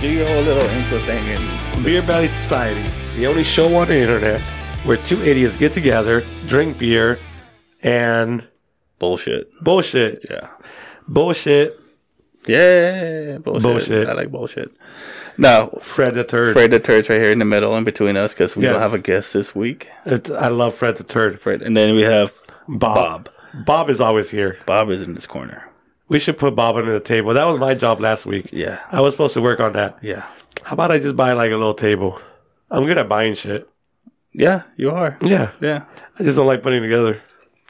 do your whole little intro thing and Beer Belly Society, the only show on the internet where two idiots get together, drink beer, and bullshit. bullshit, Yeah. bullshit. Yeah. Bullshit. Bullshit. I like bullshit. No. Fred the Third. Fred the Turds right here in the middle and between us because we Yes. don't have a guest this week. It's- I love Fred the Third. Fred. And then we have Bob. Bob. is always here. Bob is in this corner. We should put Bob under the table. That was my job last week. Yeah. I was supposed to work on that. Yeah. How about I just buy like a little table? I'm good at buying shit. Yeah. You are. Yeah. Yeah. I just don't like putting it together.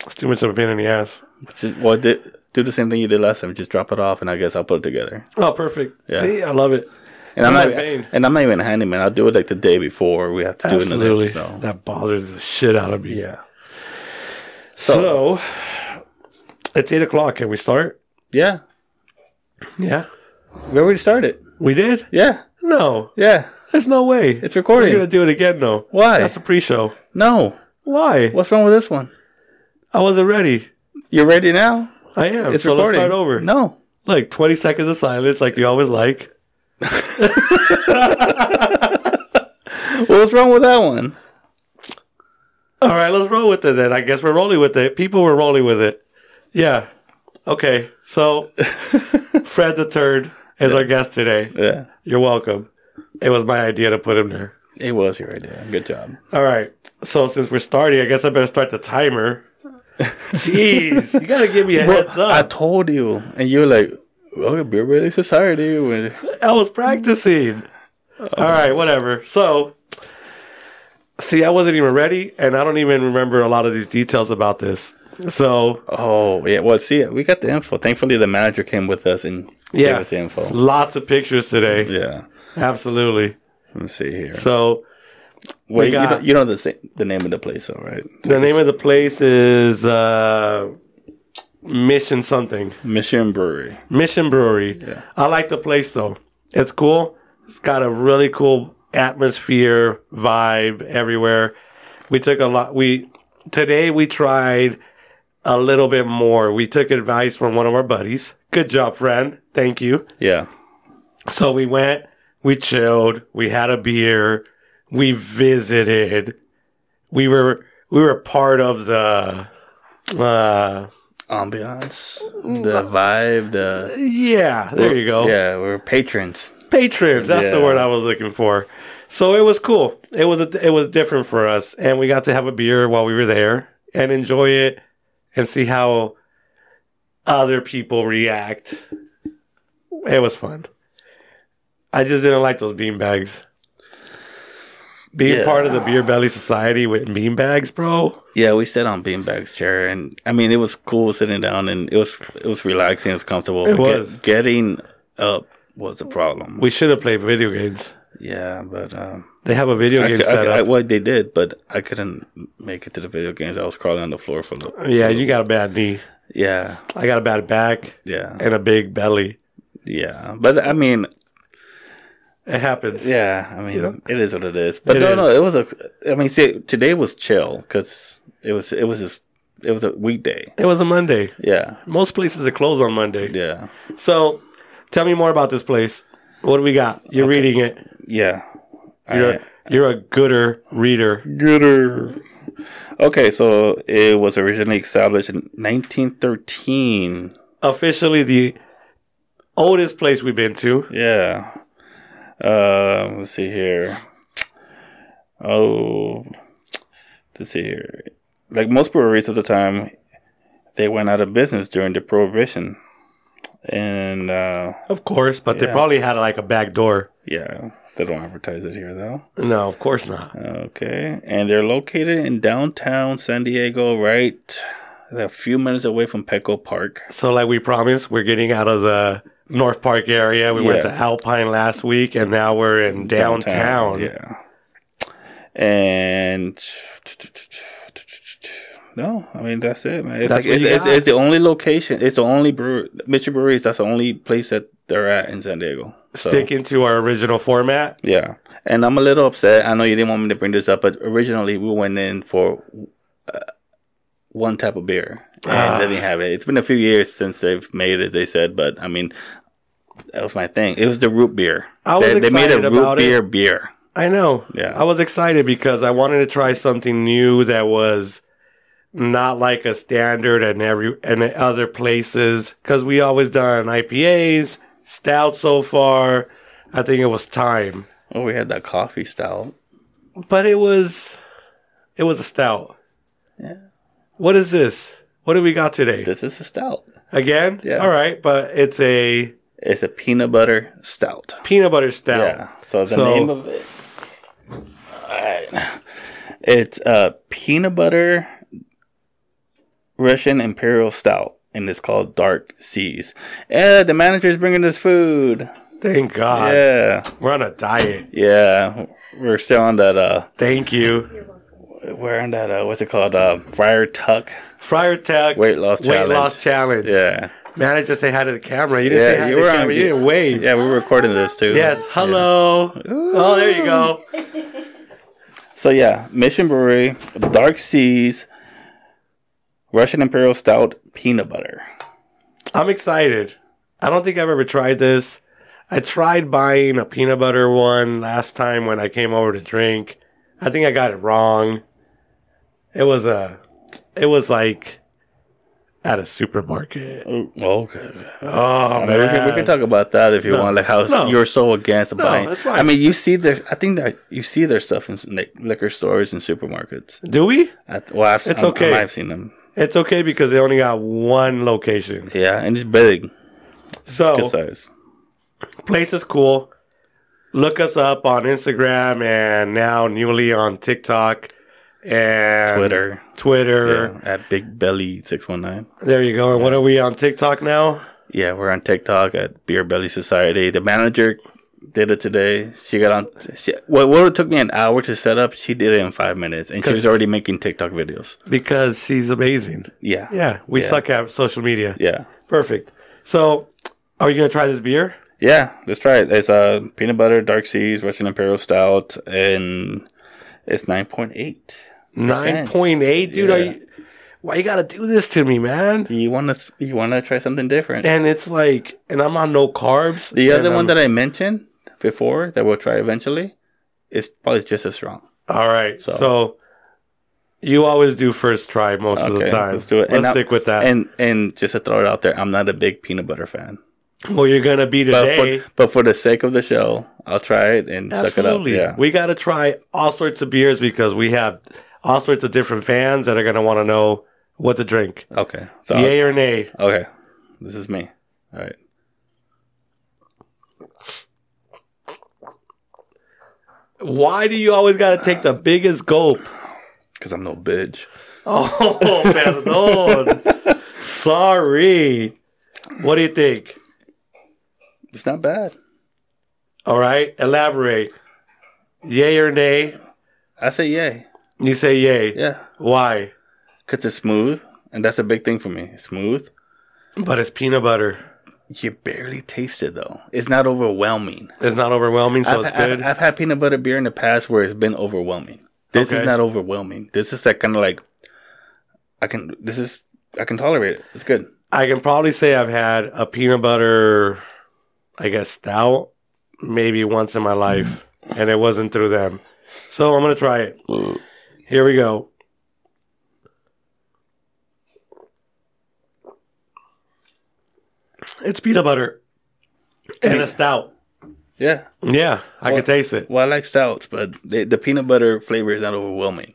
It's too much of a pain in the ass. Just, well, di- do the same thing you did last time. Just drop it off, and I guess I'll put it together. Oh, perfect. See, I love it. And I'm Yeah, not, Bane. and I'm not even a handyman. I'll do it like the day before we have to do Absolutely. another. So That bothers the shit out of me. yeah, So, it's eight o'clock. Can we start? yeah. Yeah. We already started. We did? Yeah, No. yeah. There's no way. It's recording. We're going to do it again, though. Why? That's a pre show. No, Why? what's wrong with this one? I wasn't ready. You're ready now. I am. It's so recording. let's start over. No, Like 20 seconds of silence, like you always like. what's wrong with that one? All right, let's roll with it then. I guess we're rolling with it. People were rolling with it. Yeah. Okay. So, Fred the Third is our guest today. Yeah, You're welcome. It was my idea to put him there. it was your idea. Good job. All right. So, since we're starting, I guess I better start the timer. Jeez, you got to give me a heads I up. told you, and you were like, "Welcome, Beer Release Society." When I was practicing. All right, whatever. So, see, I wasn't even ready, and I don't even remember a lot of these details about this. So, oh yeah, well, see, we got the info. Thankfully, the manager came with us and gave Yeah. us the info. lots of pictures today. Yeah, Absolutely. let me see here. So, Well, you, got- know, you know the sa- the name of the place, all right? the name of the place is uh, Mission something. Mission Brewery. Mission Brewery. I like the place though. It's cool. It's got a really cool atmosphere, vibe everywhere. We took a lot. We today we tried a little bit more. We took advice from one of our buddies. Good job, friend. Thank you. Yeah, So we went, we chilled, we had a beer, we visited. We were we were part of the uh ambiance, the vibe, the yeah, Mm. there you go. yeah, we're patrons. patrons. That's the Yeah. word I was looking for. So it was cool. It was a, it was different for us, and we got to have a beer while we were there and enjoy it and see how other people react. It was fun. I just didn't like those bean bags. Being Yeah. part of the beer belly society with bean bags, bro. Yeah, we sat on beanbags chair, and I mean, it was cool sitting down, and it was it was relaxing, it was comfortable. It Get- was. getting up was the problem. We should have played video games. yeah, but um, They have a video I, game cou- I, set cou- I, up. well, they did, but I couldn't make it to the video games. I was crawling on the floor for the yeah, you got a bad knee. yeah, I got a bad back yeah, and a big belly. yeah. But I mean, It happens. Yeah, I mean, it is what it is. But It no, is. no, it was a. I mean, see, today was chill because it was it was just it was a weekday. It was a Monday. Yeah, Most places are closed on Monday. yeah, So, tell me more about this place. What do we got? You're reading it. yeah. You're I- you're a gooder reader. Gooder. Okay, so it was originally established in 1913. Officially, the oldest place we've been to. Yeah. Uh, let's see here. Oh, let's see here. Like most breweries at the time, they went out of business during the prohibition, and uh, Of course, but they Yeah. probably had like a back door. yeah, they don't advertise it here though. No, of course not. Okay, and they're located in downtown San Diego, right? A few minutes away from Peco Park. So, like we promised, we're getting out of the North Park area. We went to Yeah. Alpine last week, and now we're in downtown. Yeah. And no, I mean that's it, man. It's That's like what it's, you it's, got? it's the only location. It's the only brew Mitchell Breweries. That's the only place that they're at in San Diego. So, Sticking to our original format. Yeah, and I'm a little upset. I know you didn't want me to bring this up, but originally we went in for uh, one type Ah. of beer, and they didn't have it. It's been a few years since they've made it. They said, but I mean, That was my thing. It was the root beer. I was they, they made a excited root about it. beer beer. I know. Yeah. I was excited because I wanted to try something new that was not like a standard and every and at other places because we always done IPAs, stout so far. I think it was time, Oh, we had that coffee style. but it was it was a stout. Yeah. What is this? What do we got today? This is a stout. Again? Yeah. All right, but it's a It's a peanut butter stout. peanut butter stout. Yeah. So the So- name of it. Alright. It's a peanut butter Russian Imperial Stout, and it's called Dark Seas. Yeah, the manager's bringing us food. Thank God. Yeah, We're on a diet. yeah. We're still on that. Uh, Thank you. we're on that. Uh, what's it called? Uh, Friar Tuck Friar Tech weight loss weight challenge. loss challenge. Yeah, Man, I just say hi to the camera. You didn't Yeah, say hi you to the were on- camera. you didn't wave. yeah. We're recording this too. Yes. Hello. Oh, there you go. So yeah, Mission Brewery, Dark Seas, Russian Imperial Stout, peanut butter. I'm excited. I don't think I've ever tried this. I tried buying a peanut butter one last time when I came over to drink. I think I got it wrong. It was a, it was like at a supermarket. Oh, okay. Oh I mean, we, can, we can talk about that if you want. Like how No. you're so against buying. that's fine. I mean, you see their. I think that you see their stuff in like, liquor stores and supermarkets. Do we? I, well, I've, It's I'm- okay. I've seen them. It's okay because they only got one location. Yeah, and it's big. Good So size. place is cool. Look us up on Instagram and now newly on TikTok and Twitter. Twitter. Yeah, at Big Belly six one nine. There you go. And what are we on TikTok now? Yeah, we're on TikTok at Beer Belly Society. The manager did it today. She got on. She, what what it took me an hour to set up, she did it in five minutes, and she was 'Cause- already making TikTok videos. Because she's amazing. Yeah, Yeah, we Yeah. suck at social media. yeah, Perfect. So, are you gonna try this beer? yeah. Let's try it. It's uh, peanut butter, dark seas, Russian Imperial Stout, and it's nine point eight. Nine point eight, dude. Are you? Why you gotta do this to me, man? You want to you want to try something different? And it's like, and I'm on no carbs. the and other I'm- one that I mentioned before that we'll try eventually is probably just as strong. All right. So. you always do first try most of the Okay, time. let's do it. Let's I- stick with that. And and just to throw it out there, I'm not a big peanut butter fan. well, you're gonna be today. But for, but for the sake of the show, I'll try it and Absolutely. suck it up. Yeah. We got to try all sorts of beers because we have all sorts of different fans that are going to want to know what to drink. okay. So Yay or nay? okay. This is me. All right. Why do you always got to take the biggest gulp? Cuz I'm no bitch. Oh, perdón. Sorry. What do you think? It's not bad. All right, elaborate. Yay or nay? I say yay. You say yay. Yeah. Why? Cuz it's smooth and that's a big thing for me. It's smooth. But it's peanut butter. You barely taste it though. It's not overwhelming. It's not overwhelming, so I've, it's I've- good. I've had peanut butter beer in the past where it's been overwhelming. This Okay. is not overwhelming. This is that kind of like I can this is I can tolerate it. It's good. I can probably say I've had a peanut butter, I guess, stout maybe once in my life, and it wasn't through them. So I'm going to try it. Here we go. It's peanut butter and a stout. Yeah. Yeah, I can taste it. Well, I like stouts, but the, the peanut butter flavor is not overwhelming.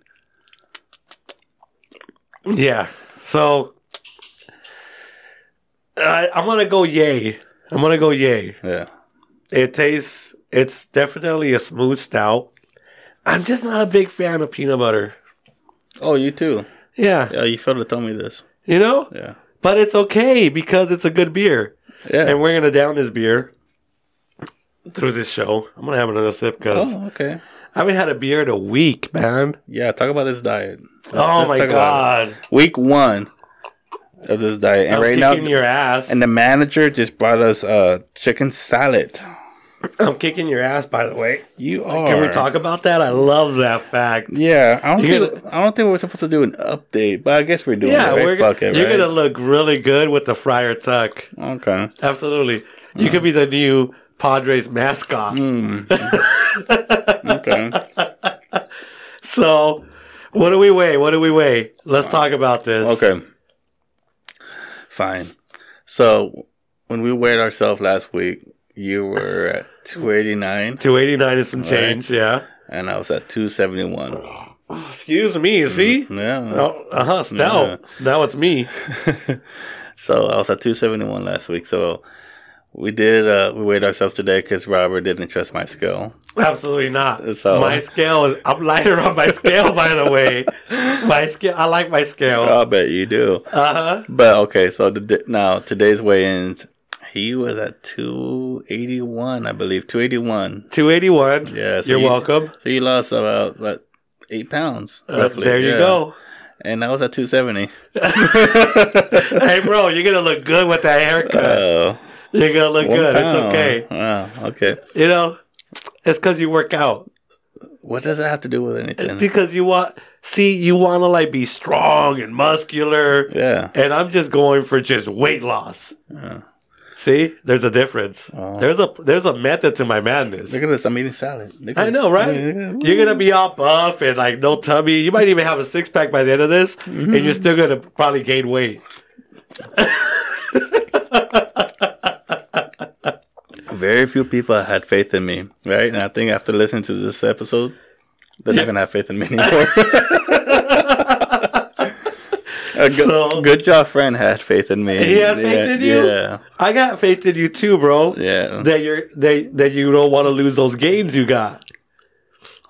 Yeah. So I, I'm going to go yay. I'm going to go yay. Yeah. It tastes. It's definitely a smooth stout. I'm just not a big fan of peanut butter. Oh, you too. Yeah, Yeah, you failed to tell me this. you know, Yeah. but it's okay because it's a good beer, Yeah. and we're gonna down this beer through this show. I'm gonna have another sip because oh, okay. I haven't had a beer in a week, man. Yeah, talk about this diet. Let's- oh let's my talk about god, it. Week one of this diet, and I'm right now, kicking your ass. and the manager just brought us uh chicken salad. I'm kicking your ass. By the way, You are. can we talk about that? I love that fact. Yeah, I don't You're think I don't think we're supposed to do an update, but I guess we're doing Yeah, it. Right? we're Fuck gonna, it, you're right? gonna look really good with the fryer tuck. okay. Absolutely. Mm. You could be the new Padres mascot. Hmm. okay. So, what do we weigh? What do we weigh? Let's talk about this. Uh, Okay. Fine. So when we weighed ourselves last week, you were at 289 289 is some change, yeah. and I was at 271. Excuse me, see? Yeah. Oh, uh-huh, stout. Now it's me. So I was at 271 last week. So we did, uh, we weighed ourselves today because Robert didn't trust my scale. Absolutely not. So- My scale is I'm lighter on my scale by the way. My scale I like my scale. I bet you do. Uh-huh. But okay, so the, di- now today's weigh ins, he was at 281, I believe. 281. 281. Yeah. So You're you- welcome. So you lost about, like, eight pounds, Uh, roughly. there you Yeah. go. And I was at 270. Hey bro, you're going to look good with that haircut. Oh. you're going to look one good. It's pound. okay. Wow. Okay. You know, it's cuz you work out. What does that have to do with anything? Because you want see, you want to like be strong and muscular. Yeah. and I'm just going for just weight loss. Yeah. See, there's a difference. Oh. There's a there's a method to my madness. Look at this. I'm eating salad. Look at I know, this. right? Yeah. You're gonna be all buff and like no tummy. You might even have a six pack by the end of this, and Mm-hmm. you're still gonna probably gain weight. Very few people had faith in me, right? And I think after listening to this episode, they're not gonna have faith in me anymore. A good, So- good job, friend had faith in me. He had faith in you? Yeah, I got faith in you too, bro. yeah. That you're that that you don't want to lose those gains you got.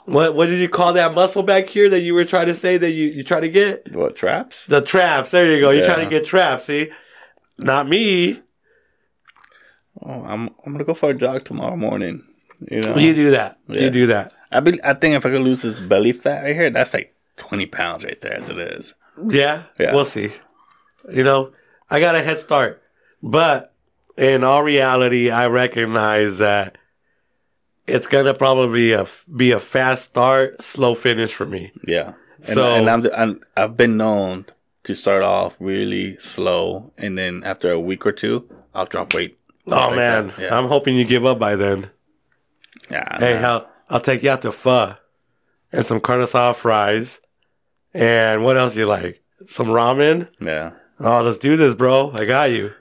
What what did you call that muscle back here that you were trying to say that you you try to get what traps? the traps? There you go. You're Yeah. trying to get traps. See, not me. Oh, I'm I'm gonna go for a jog tomorrow morning. You know, You do that. Yeah. You do that. I be, I think if I could lose this belly fat right here, that's like twenty pounds right there as it is. Yeah, Yeah. we'll see. You know, I got a head start, but in all reality, I recognize that it's gonna probably be a, be a fast start, slow finish for me. Yeah. And, So- and I'm, the- I'm I've been known to start off really slow, and then after a week or two, I'll drop weight. Oh like man, that, yeah. I'm hoping you give up by then. Yeah. Hey, nah. hell, I'll take you out to pho and some carne asada fries, and what else you like? Some ramen. Yeah. Oh, let's do this, bro. I got you.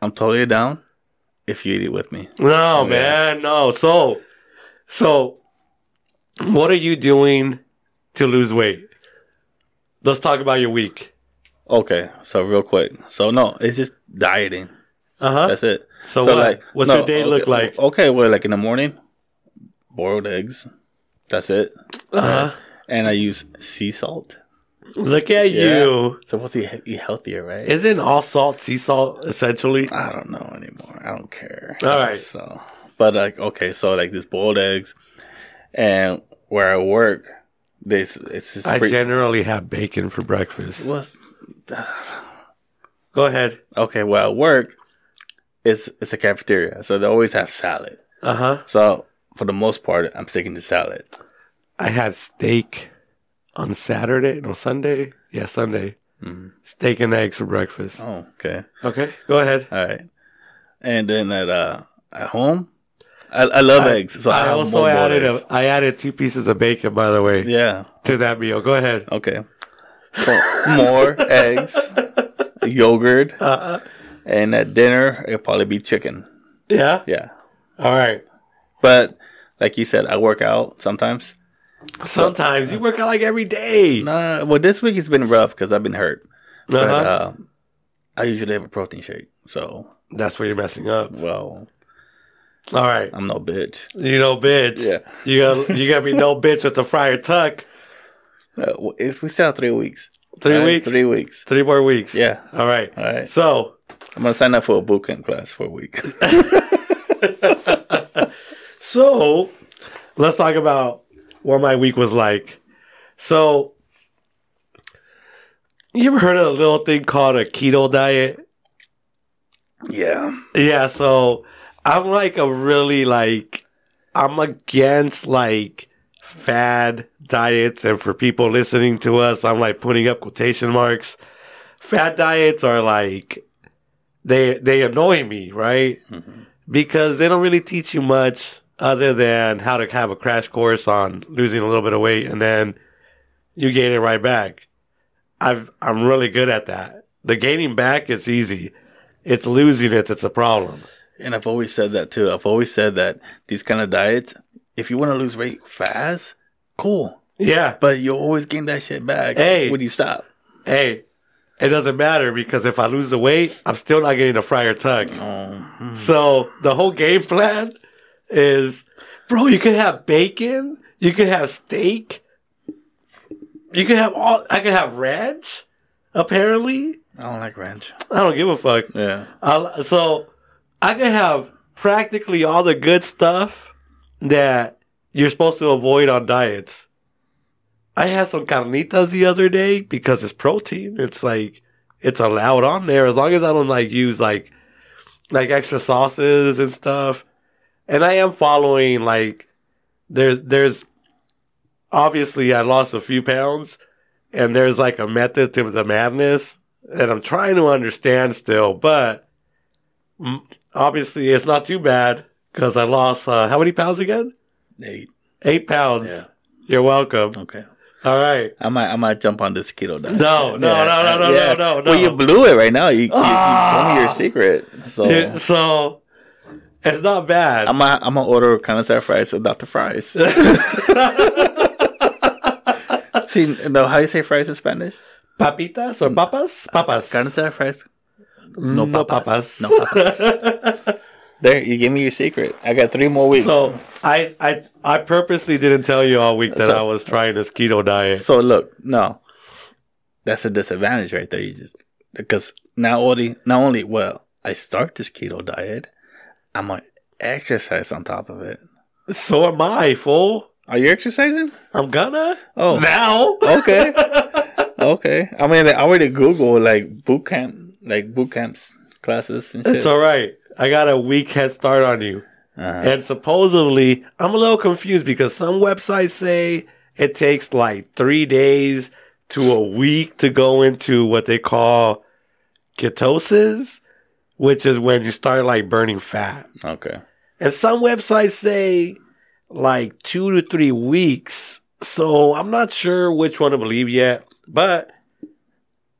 I'm totally down if you eat it with me. No, Yeah. man, no. So, so, what are you doing to lose weight? Let's talk about your week. Okay. So real quick. So no, it's just dieting. Uh huh. That's it. So, what? What's no, your day okay, look like? Okay, well, like in the morning, boiled eggs. That's it. Uh huh. And I use sea salt. Look at Yeah. you. So what's to eat healthier, right? Isn't all salt sea salt essentially? I don't know anymore. I don't care. All so, right. So, but like, okay, so like this boiled eggs, and where I work, this it's this I free- generally have bacon for breakfast. was Go ahead. okay. Where I work, it's it's a cafeteria, so they always have salad. Uh huh. So for the most part, I'm sticking to salad. I had steak on Saturday. No, Sunday. Yeah, Sunday. Mhm. Steak and eggs for breakfast. Oh, okay, Okay. Go ahead. all right. And then at uh at home, I, I love I- eggs, so I, I have also more boiled added a, eggs. I added two pieces of bacon, by the way, yeah. to that meal. Go ahead. Okay. So, more eggs, yogurt, and at dinner it'll probably be chicken. Yeah. Yeah, All right. but like you said, I work out sometimes. Sometimes you work out like every day. Nah, well, this week it's been rough because I've been hurt. But Uh-huh. uh, I usually have a protein shake, so That's where you're messing up. well, All right. I'm no bitch. You know, bitch. Yeah. You gotta you gotta be no bitch with the fryer tuck. Uh, w- if we sell three weeks, Three All right, weeks. Three. three weeks, more weeks. yeah. All right. All right, So I'm gonna sign up for a boot camp class for a week. so let's talk about what my week was like. So you ever heard of a little thing called a keto diet? yeah, Yeah, so I'm like a really like I'm against like fad diets and for people listening to us, I'm like putting up quotation marks. Fad diets are like they they annoy me, right? because they don't really teach you much other than how to have a crash course on losing a little bit of weight and then you gain it right back. I've I'm really good at that. The gaining back is easy. It's losing it that's a problem. And I've always said that too. I've always said that these kind of diets, if you want to lose weight fast, cool. Yeah. But you'll always gain that shit back Hey. when you stop. Hey, it doesn't matter because if I lose the weight, I'm still not getting a fryer tuck. Um, So the whole game plan is, bro, you could have bacon, you could have steak, you could have all. I could have ranch. Apparently, I don't like ranch. I don't give a fuck. Yeah. I, so I could have practically all the good stuff that you're supposed to avoid on diets. I had some carnitas the other day because it's protein. It's like it's allowed on there as long as I don't like use like like extra sauces and stuff. And I am following like there's there's obviously I lost a few pounds and there's like a method to the madness that I'm trying to understand still, but mm, obviously it's not too bad because I lost uh, how many pounds again? Eight. Eight pounds. Yeah. You're welcome. Okay. All right. I might I might jump on this keto diet. No, no, no, no, no, no, no, no. Well, you blew it right now. You, you, you told me Ah. your secret. So Yeah, so it's not bad. I'm gonna I'm gonna order connoisseur fries with Dr. Fries. See, no, how do you say fries in Spanish? Papitas or papas? Papas. Connoisseur fries. No No papas. papas. No papas. there, you gave me your secret. I got three more weeks. So, So I, I I purposely didn't tell you all week that So- I was trying this keto diet. look, no, that's a disadvantage right there. You just because not only not only well, I start this keto diet. I'm gonna exercise on top of it. So am I, fool. Are you exercising? I'm gonna Oh. now. Okay. okay. I mean, I already Google like boot camp, like boot camps classes and shit. It's all right. I got a weak head start on you. Uh-huh. And supposedly, I'm a little confused because some websites say it takes like three days to a week to go into what they call ketosis, which is when you start like burning fat. Okay. And some websites say like two to three weeks. So I'm not sure which one to believe yet, but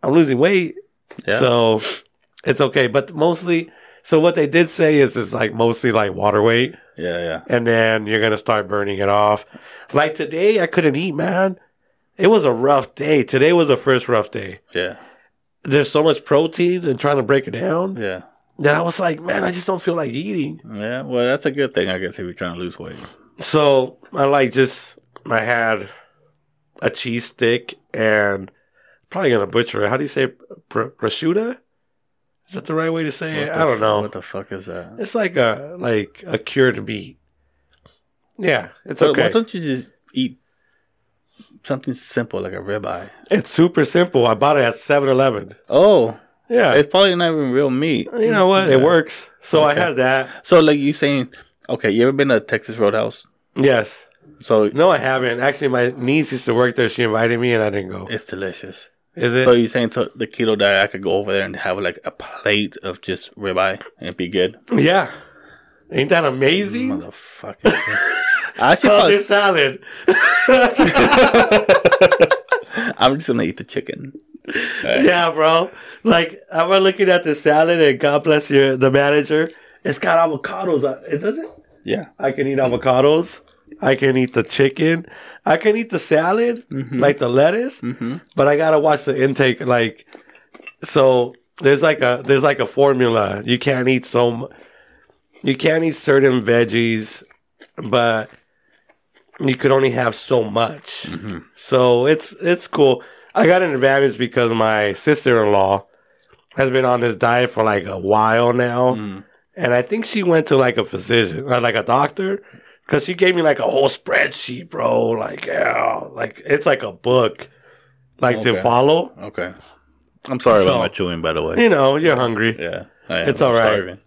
I'm losing weight. Yeah. So it's okay. But mostly, so what they did say is it's like mostly like water weight Yeah, yeah. and then you're going to start burning it off. Like today, I couldn't eat, man. It was a rough day. Today was the first rough day. Yeah. There's so much protein and trying to break it down Yeah. that I was like, man, I just don't feel like eating. Yeah. Well, that's a good thing, I guess, if you're trying to lose weight. So I like just I had a cheese stick and probably gonna butcher it. How do you say it? pr- prosciutto? Is that the right way to say it? What I the don't f- know. What the fuck is that? It's like a like a cured meat. Yeah, it's Why- okay. Why don't you just eat something simple like a ribeye? it's super simple. I bought it at 7-Eleven. Oh, Yeah, it's probably not even real meat. you know what? It Yeah. works. So I had that. So, like you saying, okay, you ever been to Texas Roadhouse? Yes. So No, I haven't. Actually, my niece used to work there. She invited me, and I didn't go. it's delicious. Is it? So you're saying to the keto diet, I could go over there and have like a plate of just ribeye and be good? yeah. Ain't that amazing? Motherfucker. I actually How's your probably, salad? I'm just gonna eat the chicken. Yeah, bro. Like I'm looking at the salad, and God bless your the manager. It's got avocados. on It does it. Yeah. I can eat avocados. I can eat the chicken. I can eat the salad, like the lettuce. But I gotta watch the intake. Like, so there's like a there's like a formula. You can't eat so. mu- You can't eat certain veggies, but you could only have so much. Mm-hmm. So it's it's cool. I got an advantage because my sister in law has been on this diet for like a while now, Mm. and I think she went to like a physician, or like a doctor, because she gave me like a whole spreadsheet, bro. Like, yeah, like it's like a book, like Okay. to follow. Okay. I'm sorry So- about my chewing, by the way. You know, you're hungry. Yeah. I am. It's I'm all right. starving.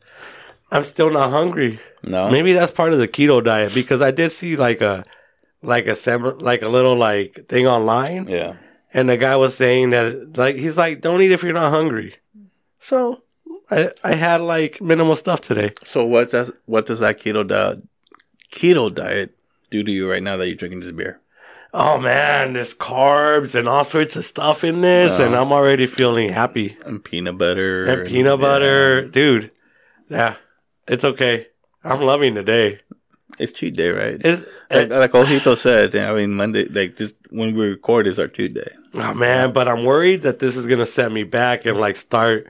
I'm still not hungry. No. Maybe that's part of the keto diet because I did see like a like a sem- like a little like thing online. Yeah. And the guy was saying that, like, he's like, don't eat if you're not hungry. So I, I had like minimal stuff today. So what does what does that keto diet keto diet do to you right now that you're drinking this beer? Oh man, there's carbs and all sorts of stuff in this, and Yeah. I'm already feeling happy. And peanut butter. And peanut butter, dude. Yeah, it's okay. I'm loving today. Yeah. It's cheat day, right? It's like, like Ojito said, I mean Monday like this when we record is our cheat day. Oh man, but I'm worried that this is gonna set me back and like start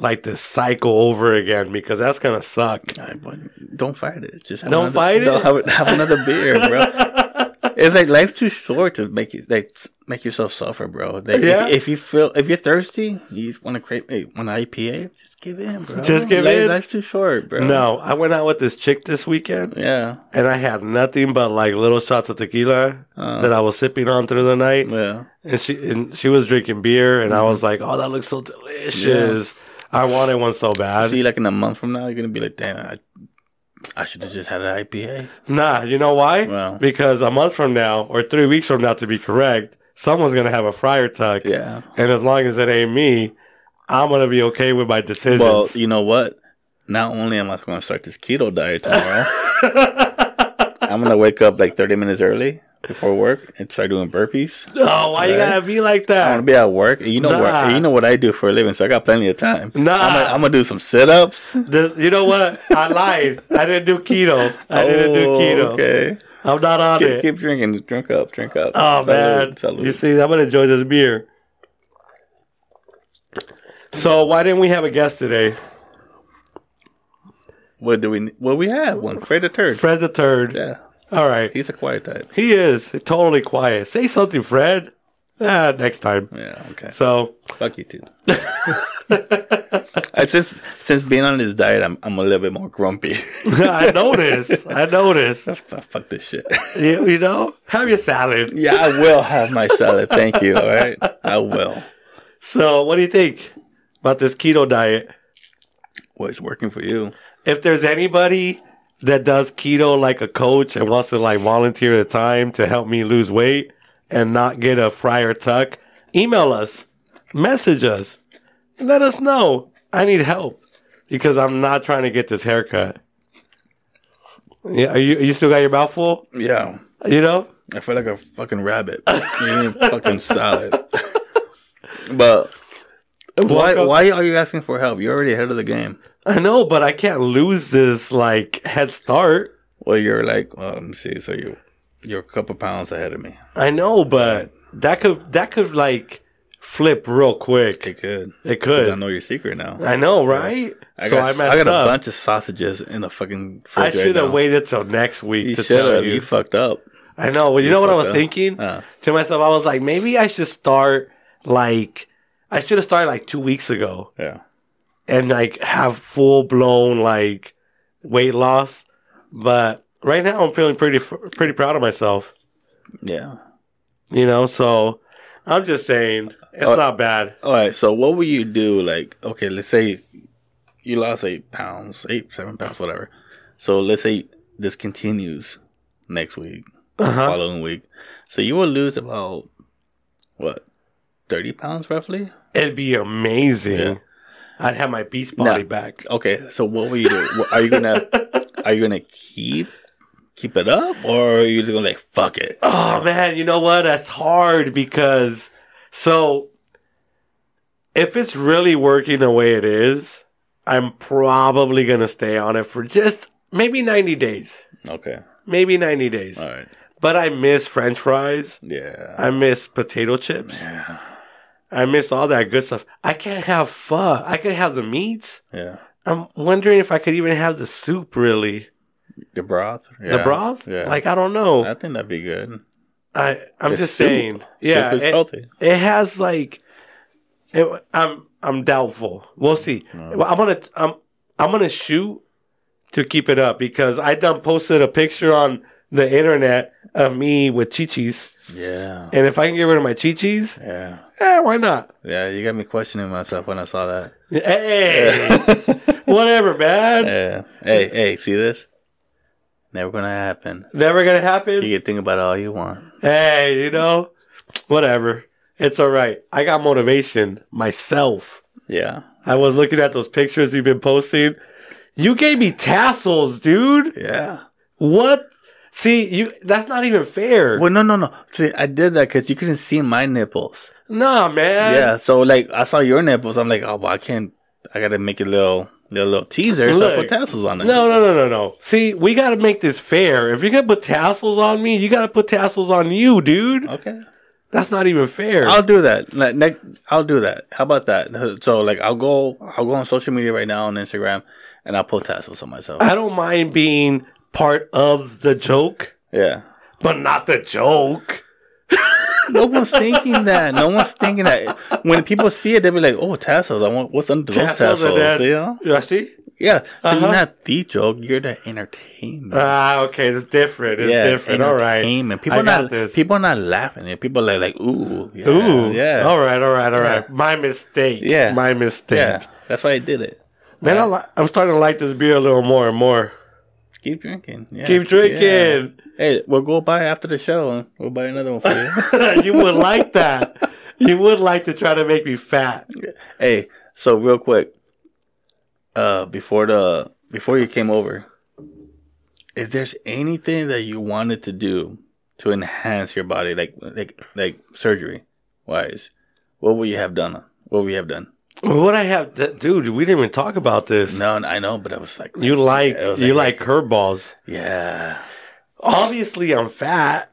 like this cycle over again because that's gonna suck. All right, but don't fight it. Just have Don't another, fight it? Don't have, have another beer, bro. it's like life's too short to make you like s- make yourself suffer, bro. Like, Yeah. if, if you feel if you're thirsty, you want to create hey, want an IPA, just give in, bro. Just give Life- in. Life's too short, bro. No, I went out with this chick this weekend Yeah. and I had nothing but like little shots of tequila Uh. that I was sipping on through the night. Yeah. And she and she was drinking beer and I was Mm-hmm. like, Oh, that looks so delicious. I wanted one so bad. See, like in a month from now, you're gonna be like, damn, I, I should have just had an IPA. Nah, you know why? Well. Because a month from now or three weeks from now to be correct, someone's gonna have a fryer tuck. Yeah. And as long as it ain't me, I'm gonna be okay with my decisions. Well, you know what? Not only am I gonna start this keto diet tomorrow, I'm gonna wake up like 30 minutes early before work and start doing burpees. oh, why you Right? gotta be like that? I want to be at work. and You know where- Nah. You know what I do for a living, so I got plenty of time. Nah. I'm gonna, I'm gonna do some sit-ups. This, you know what? I lied. I didn't do keto. I didn't do Oh, keto. Okay. I'm not on Keep, it. keep drinking. Drink up. Drink up. oh Salud, man, salud. you see, I'm gonna enjoy this beer. So why didn't we have a guest today? What do we? ne- What we have? One Fred the Third. Fred the Third. Yeah, All right, he's a quiet type. he is totally quiet. Say something, Fred. Ah, next time. Yeah. Okay. So Fuck you too. Uh, since since being on this diet, I'm I'm a little bit more grumpy. I noticed. I noticed. Fuck fuck this shit. You, you know, have your salad. Yeah, I will have my salad. Thank you. All right, I will. So, what do you think about this keto diet? Well, it's working for you. If there's anybody that does keto like a coach and wants to like volunteer the time to help me lose weight and not get a fryer tuck, email us, message us, and let us know. I need help because I'm not trying to get this haircut. Yeah, are you? You still got your mouth full? Yeah, You know, I feel like a fucking rabbit. You need fucking salad. but why Welcome- why are you asking for help? You're already ahead of the game. I know, but I can't lose this like head start. Well, you're like, well, let me see. So you you're a couple pounds ahead of me. I know, but that could that could like flip real quick. It could. It 'Cause I could. know your secret now. I know, right? I so got, I s- messed I got up. a bunch of sausages in the fucking fridge I right should have now. waited till next week You to should tell have. You. you. fucked up. I know. Well, you, know what I fucked was up. thinking Uh. to myself. I was like, maybe I should start like I should have started like two weeks ago Yeah. and like have full blown like weight loss. But right now, I'm feeling pretty f- pretty proud of myself. Yeah. You know, so I'm just saying it's Uh, not bad. All right. So what would you do? Like, okay, let's say you lost eight pounds, eight, seven pounds, whatever. So let's say this continues next week, Uh-huh. following week. So you will lose about what, thirty pounds roughly? It'd be amazing. Yeah. I'd have my beast body No. back. Okay. So what will you do? Wha- are you gonna are you gonna keep keep it up, or are you just gonna like fuck it? Oh man, you know what? That's hard because so if it's really working the way it is, I'm probably gonna stay on it for just maybe 90 days. Okay. Maybe 90 days. All right. But I miss french fries. Yeah. I miss potato chips. Yeah. I miss all that good stuff. I can't have pho. I could have the meats. Yeah. I'm wondering if I could even have the soup really. The broth. The Yeah. broth? Yeah. Like I don't know. I think that'd be good. I I'm The just soup. saying. Yeah, Soup is it, healthy. it has like, it, I'm I'm doubtful. We'll see. Well, I'm gonna I'm I'm gonna shoot to keep it up because I done posted a picture on the internet of me with chichis, Yeah. and if I can get rid of my chichis, Yeah. eh, why not? Yeah, you got me questioning myself when I saw that. Hey, whatever, man. Yeah. Hey, hey, see this? Never gonna happen. Never gonna happen. You can think about it all you want. Hey, you know, whatever. It's all right. I got motivation myself. Yeah. I was looking at those pictures you've been posting. You gave me tassels, dude. Yeah. What? See, you that's not even fair. Well, no, no, no. See, I did that because you couldn't see my nipples. Nah, man. yeah. So like, I saw your nipples. I'm like, oh, well, I can't. I gotta make a little, little, little teaser. so I Look. put tassels on it. No, no, no, no, no. See, we got to make this fair. If you're going to put tassels on me, you got to put tassels on you, dude. Okay. That's not even fair. I'll do that. Like, next, I'll do that. How about that? So like, I'll go. I'll go on social media right now on Instagram, and I'll put tassels on myself. I don't mind being part of the joke, Yeah. but not the joke. No one's thinking that. No one's thinking that. When people see it, they'll be like, "Oh, tassels! I want what's under those Tassels tassels?" are dead. You know? Yeah, see? Yeah. So Uh-huh. you're not the joke. You're the entertainment. Ah, okay. It's different. It's yeah, different. All right. entertainment. People I are got not this. people are not laughing. at it. People are like, "Ooh, yeah, Ooh. yeah, All right. All right. All right. Yeah. My mistake. Yeah. My mistake. yeah." That's why I did it. Man, I li- I'm starting to like this beer a little more and more. Keep drinking. Yeah. Keep Yeah. drinking. Hey, we'll go by after the show. and We'll buy another one for you. you would like that. You would like to try to make me fat. hey, so real quick, uh, before the before you came over, if there's anything that you wanted to do to enhance your body, like like like surgery wise, what would you have done? What would you have done? What I have, th- dude, we didn't even talk about this. No, I know, but I was like, You like It was you like like- curveballs. yeah, Obviously, I'm fat.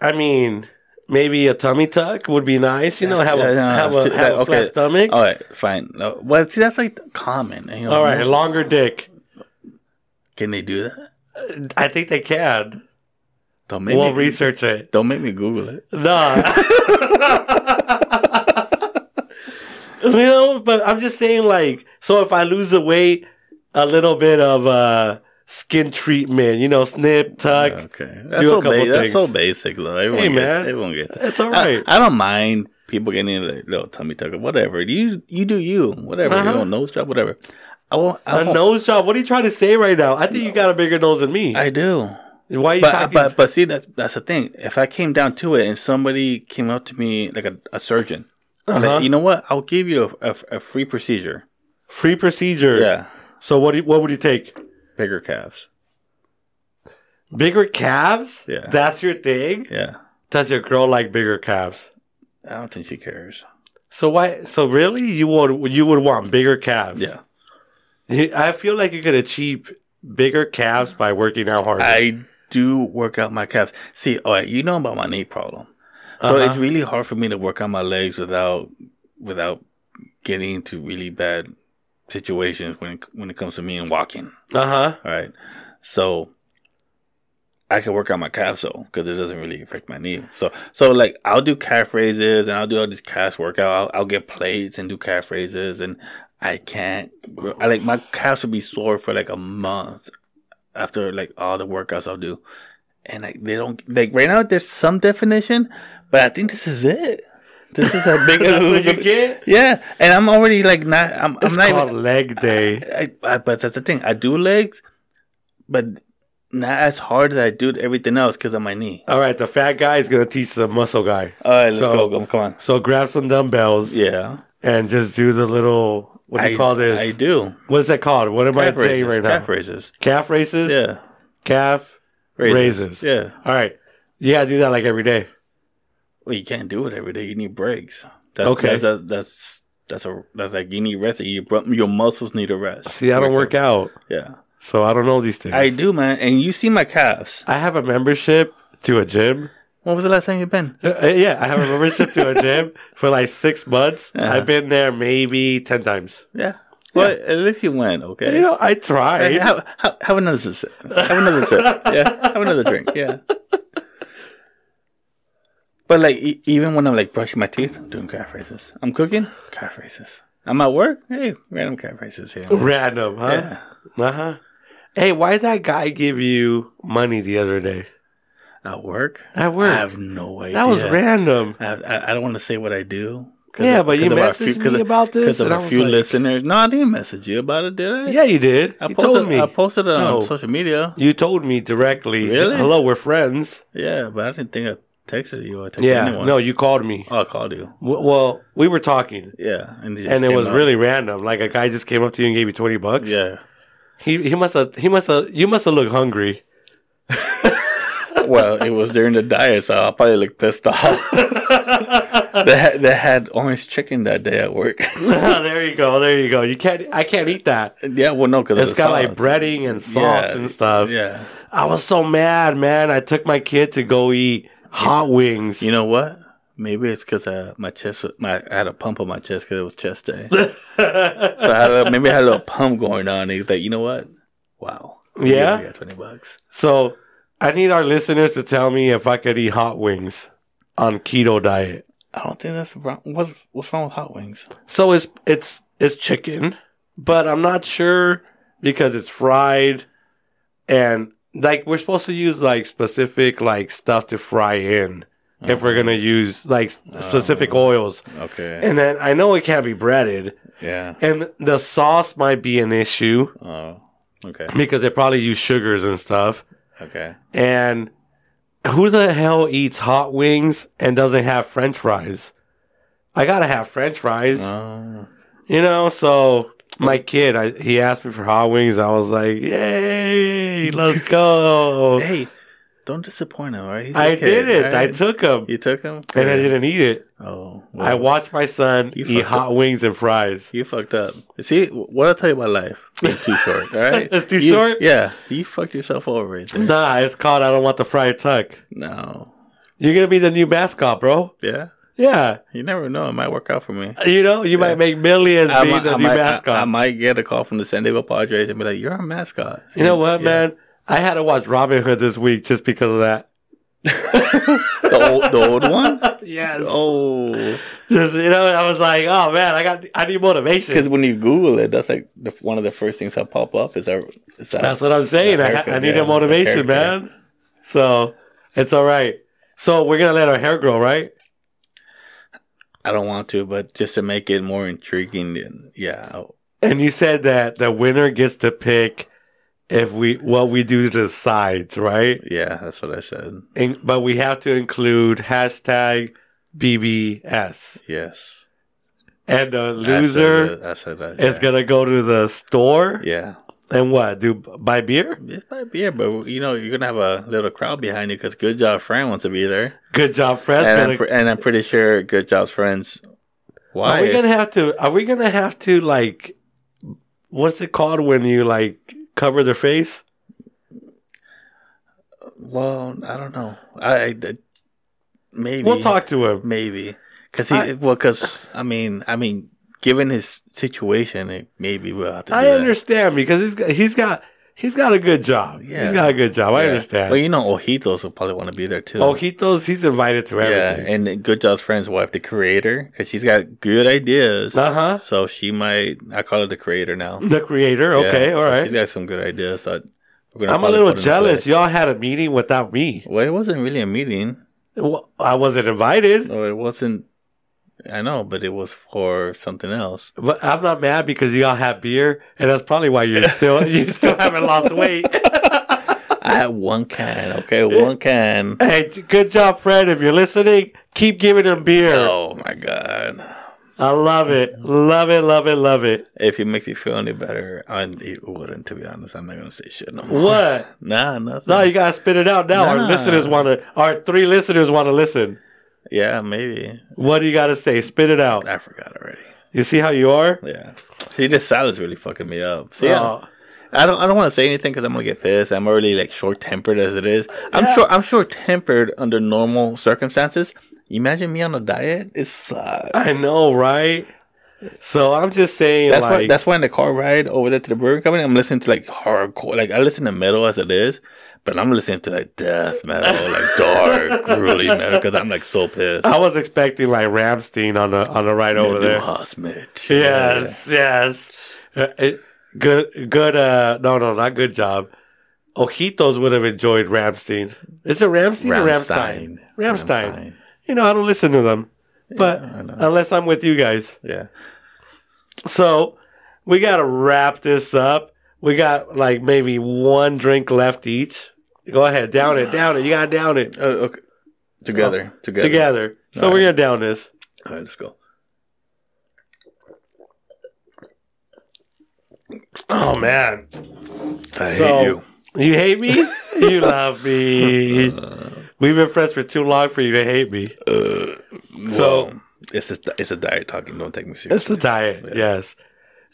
I mean, maybe a tummy tuck would be nice. You know, That's- have a yeah, no, have that's a, too- have that- a flat okay. Oh, stomach. all right, fine. No, well, see, that's like common. you know, All right, a longer dick. can they do that? I think they can. Don't make We'll me, research it. Don't make me Google it. Nah. you know, but I'm just saying, like, so if I lose the weight, a little bit of uh skin treatment, you know, snip, tuck. Okay, that's so, couple ba- things. that's so basic though. Everyone Hey, gets, man. everyone gets. it. It's all I- right. I, don't mind people getting a little tummy tuck or whatever. You you do you, whatever. Uh-huh. You know, nose job, whatever. I won't. I, A won't- nose job. What are you trying to say right now? I think you got a bigger nose than me. I do. Why are you But, talking? but but see that's that's the thing. If I came down to it and somebody came up to me like a, a surgeon, like, Uh-huh. you know what? I'll give you a, a, a free procedure. Free procedure. Yeah, So what? Do you, what would you take? bigger calves. Bigger calves. Yeah. That's your thing. Yeah, Does your girl like bigger calves? I don't think she cares. So why? So really, you would you would want bigger calves? Yeah, You- I feel like you could achieve bigger calves by working out harder. I do work out my calves. See, all right, you know about my knee problem. So Uh-huh. it's really hard for me to work on my legs without without getting into really bad situations when it, when it comes to me and walking. uh huh. All right, so I can work on my calves though because it doesn't really affect my knee. So so like I'll do calf raises and I'll do all this calf workout. I'll, I'll get plates and do calf raises and I can't. grow- I like my calves will be sore for like a month after like all the workouts I'll do, and like they don't like right now. There's some definition, but I think this is it. This is how big. That's what you get. Yeah, and I'm already like not. I'm, I'm It's not called even, leg day. I, I, but that's the thing. I do legs, but not as hard as I do everything else because of my knee. All right, the fat guy is gonna teach the muscle guy. All right, let's So- go, go. Come on. So grab some dumbbells Yeah. and just do the little. What do you I, call this? I do. What is that called? What am I Calf saying raises. right now? calf raises. Calf races. Yeah. Calf raises. Yeah. All right. Yeah, I do that like every day. Well, you can't do it every day. You need breaks. That's, Okay. That's that's, that's that's a that's like you need rest. You your muscles need a rest. See, I don't work out, Yeah. so I don't know these things. I do, man. And you see my calves. I have a membership to a gym. When was the last time you've been? Uh, yeah, I have a membership to a gym for like six months. Uh-huh. I've been there maybe ten times. Yeah. Well, at least you went. Okay. You know, I Hey, tried. have, have, have another sip. Have another sip. Yeah. Have another drink. Yeah. But like, e- even when I'm like brushing my teeth, I'm doing calf raises. I'm cooking, calf raises. I'm at work. Hey, random calf raises here. Random, huh? Yeah. Uh huh. Hey, why did that guy give you money the other day? At work. At work. I have no idea. that was random. I, I, I don't want to say what I do. Yeah, but you messaged me about this, because of and I a was few like- listeners. No, I didn't message you about it, did I? Yeah, you did. I you posted, told me. I posted it on No. social media. you told me directly. Really? Hello, we're friends. Yeah, but I didn't think I texted you. I texted Yeah. anyone. No, you called me. Oh, I called you. W- well, we were talking, Yeah, and it, just and it came was out. really random. Like a guy just came up to you and gave you twenty bucks. yeah. He he must have he must have you must have looked hungry. Well, it was during the diet, so I probably looked pissed off. they had they had orange chicken that day at work. there you go. There you go. You can't. I can't eat that. yeah, well, no, because It's got like breading and sauce Yeah, and stuff. Yeah, I was so mad, man. I took my kid to go eat hot wings. you know what? Maybe it's because uh, my chest, was- my I had a pump on my chest because it was chest day. so I had a, maybe I had a little pump going on. And he's like, you know what? Wow. Yeah? got twenty bucks. So I need our listeners to tell me if I could eat hot wings on keto diet. I don't think that's wrong. What's what's wrong with hot wings? So it's it's it's chicken, but I'm not sure because it's fried and like we're supposed to use like specific like stuff to fry in if we're gonna use like specific oils. Okay. And then I know it can't be breaded, yeah. and the sauce might be an issue Oh. Okay. because they probably use sugars and stuff. Okay. And who the hell eats hot wings and doesn't have french fries? I gotta have french fries, Oh. you know? So my kid, I, he asked me for hot wings. I was like, yay, let's go. Hey, don't disappoint him. All right. He's I okay, did it. all I right? took him You took him, and I didn't eat it. Oh, I well, watched my son You eat fucked hot wings and fries. you fucked up. See what I tell you about life? Being too short. All right, It's too You- short? Yeah, you fucked yourself over. Right there. Nah, it's called I don't want the fried tuck. No. You're gonna be the new mascot, bro. Yeah. Yeah, You never know. It might work out for me. you know you might make millions I, being might, the I, new might, mascot. I, I might get a call from the San Diego Padres and be like, "You're a mascot." You know what, Yeah. man? I had to watch Robin Hood this week just because of that. The old, the old one. Yes. Oh, Just, you know, I was like, oh man, I got, I need motivation. because when you Google it, that's like the, one of the first things that pop up is that. Is that That's what I'm saying. The I, haircut, I need yeah, a motivation, the haircut. man. So it's all right. So we're gonna let our hair grow, right? I don't want to, but just to make it more intriguing, then, yeah, I'll- And you said that the winner gets to pick if we what we do to the sides, right? yeah, that's what I said. And, but we have to include hashtag BBS, Yes, and the I said loser that- I said that. is gonna go to the store Yeah. and what do buy beer. This might be it, but you know you're gonna have a little crowd behind you because Good Job Friend wants to be there, Good job, friends. and Gonna- I'm, pre- and I'm pretty sure Good Job's friends. are Why? we gonna have to? Are we gonna have to like? What's it called when you like cover their face? well, I don't know. I, I that- maybe We'll talk to him. Maybe because he I- well, because I mean, I mean, given his situation, it, maybe we'll have to. I do that. understand because he's got, he's got he's got a good job. Yeah. He's got a good job. Oh, I Yeah. understand. Well, you know, Ojitos will probably want to be there too. Ojitos, he's invited to yeah, everything. and Good Job's friend's wife, the creator, because she's got good ideas. uh huh. So she might. I call her the creator now. The creator. Mm-hmm. Okay. Yeah, all so right. She's got some good ideas. So we're gonna I'm a probably little put in jealous. play. Y'all had a meeting without me. Well, it wasn't really a meeting. Well, I wasn't invited, No, it wasn't. I know, but it was for something else. but I'm not mad because y'all had beer, and that's probably why you're still you still haven't lost weight. I had one can. Okay, one can. Hey, j- good job, Fred. If you're listening, keep giving him beer. Oh my god! I love it. Love it, love it, love it. If it makes you feel any better, I it wouldn't. To be honest, I'm not gonna say shit no more. What? Nah, nothing. No, you gotta spit it out now. Our Nah. listeners wanna our three listeners wanna listen. yeah, maybe. What do you gotta say? Spit it out. I forgot already. You see how you are? Yeah. See, this salad's really fucking me up. So, yeah. Oh. I don't. I don't want to say anything because I'm gonna get pissed. I'm already like short tempered as it is. I'm sure. I'm short tempered under normal circumstances. Imagine me on a diet. It sucks. I know, right? So I'm just saying That's why. like That's why in the car ride over there to the burger company, I'm listening to like hardcore. Like I listen to metal as it is, but I'm listening to like death metal, like dark, grueling metal because I'm like so pissed. I was expecting like Ramstein on the on the right Oh, over Do there. us, Mitch. Yes, yes. Uh, it- good, good. Uh, no, no, not good job. Ojitos would have enjoyed Ramstein. Is it Ramstein or Ramstein? Rammstein. Ramstein. You know, I don't listen to them, but I know. unless I'm with you guys, Yeah. so we gotta wrap this up. We got like maybe one drink left each. Go ahead, down it, down it. You gotta down it. Uh, okay. Together. together. Oh. together. So All we're gonna right. down this. All right, let's go. Oh man, I So- hate you. you hate me? you love me. We've been friends for too long for you to hate me. So So- it's a, it's a diet talking. Don't take me serious. It's the diet. Yes.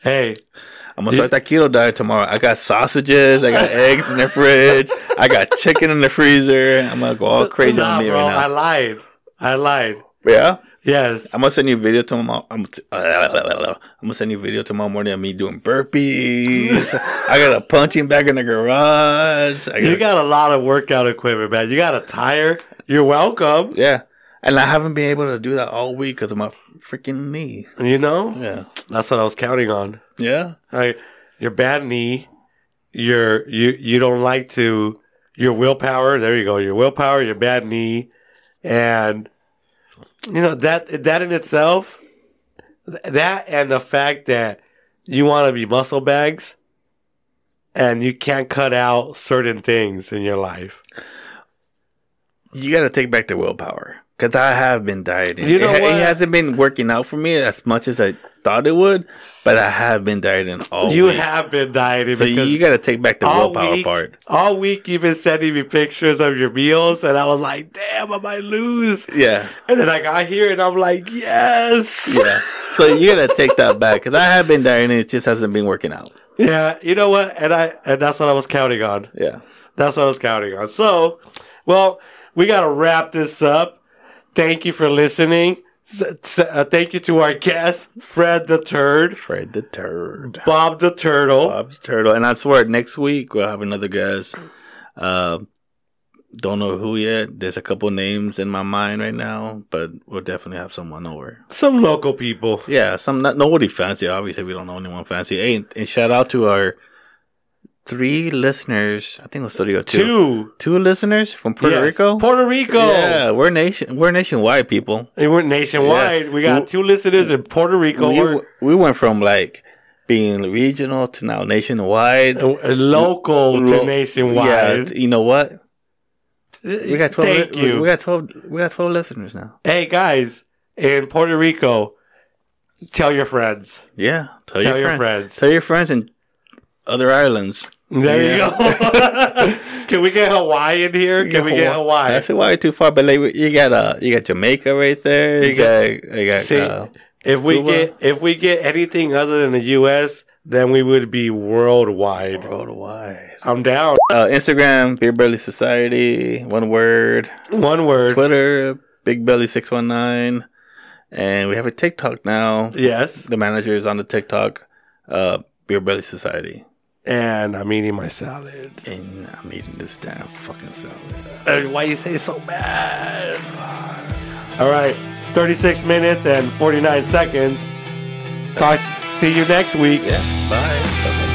Hey, I'm gonna start that keto diet tomorrow. I got sausages. I got eggs in the fridge. I got chicken in the freezer. I'm gonna go all crazy nah, on me bro, right now. I lied. I lied. yeah, Yes. I'm gonna send you a video tomorrow. I'm, t- I'm gonna send you a video tomorrow morning of me doing burpees. I got a punching bag in the garage. I You got, got a lot of workout equipment, man. You got a tire. You're welcome. yeah, and I haven't been able to do that all week because of my freaking knee. You know, Yeah, that's what I was counting on. yeah. Like your bad knee, your you you don't like to your willpower. There you go. Your willpower, your bad knee, and you know that that in itself, th- that and the fact that you want to be muscle bags, and you can't cut out certain things in your life. You got to take back the willpower because I have been dieting. You know it, ha- what? it hasn't been working out for me as much as I thought it would, but I have been dieting all you week. have been dieting. so you, because got to take back the all willpower week- part. All week you've been sending me pictures of your meals, and I was like, "Damn, I might lose." Yeah, And then I got here, and I'm like, "Yes." yeah. so you got to take that back because I have been dieting. It just hasn't been working out. Yeah, you know what? And I and that's what I was counting on. Yeah. That's what I was counting on. So, well, we gotta wrap this up. Thank you for listening. S- s- uh, thank you to our guest, Fred the Turd, Fred the turd. Bob the Turtle. Bob the turtle. And I swear, next week we'll have another guest. Uh, don't know who yet. There's a couple names in my mind right now, but we'll definitely have someone over. Some local people. Yeah, some not nobody fancy. Obviously, we don't know anyone fancy. Hey, and- and shout out to our three listeners. I think it was three or two. Two. Two listeners from Puerto Yes. Rico. Puerto Rico. Yeah, we're nation. We're nationwide people. And we're nationwide. We got We- two listeners in Puerto Rico. We, We're- we went from like being regional to now nationwide. Uh, local Lo- to nationwide. Yeah, you know what? We got twelve. Thank li- you. We got twelve. We got twelve listeners now. hey guys in Puerto Rico, tell your friends. Yeah, tell, Tell your friend- friends. Tell your friends in other islands. There you Yeah. go. Can we get Hawaii in here? Can we get Hawaii? That's Hawaii too far, but like you got uh, you got Jamaica right there. You got you got See, uh, if we Cuba. get if we get anything other than the U.S., then we would be worldwide. worldwide. I'm down. Uh, Instagram, Beer Belly Society, one word. One word. Twitter, Big Belly six one nine, and we have a TikTok now. Yes, The manager is on the TikTok, uh, Beer Belly Society, and I'm eating my salad. and I'm eating this damn fucking salad. And why you say so bad? All right, 36 minutes and 49 seconds. Talk. See you next week. Yeah, bye. Bye-bye.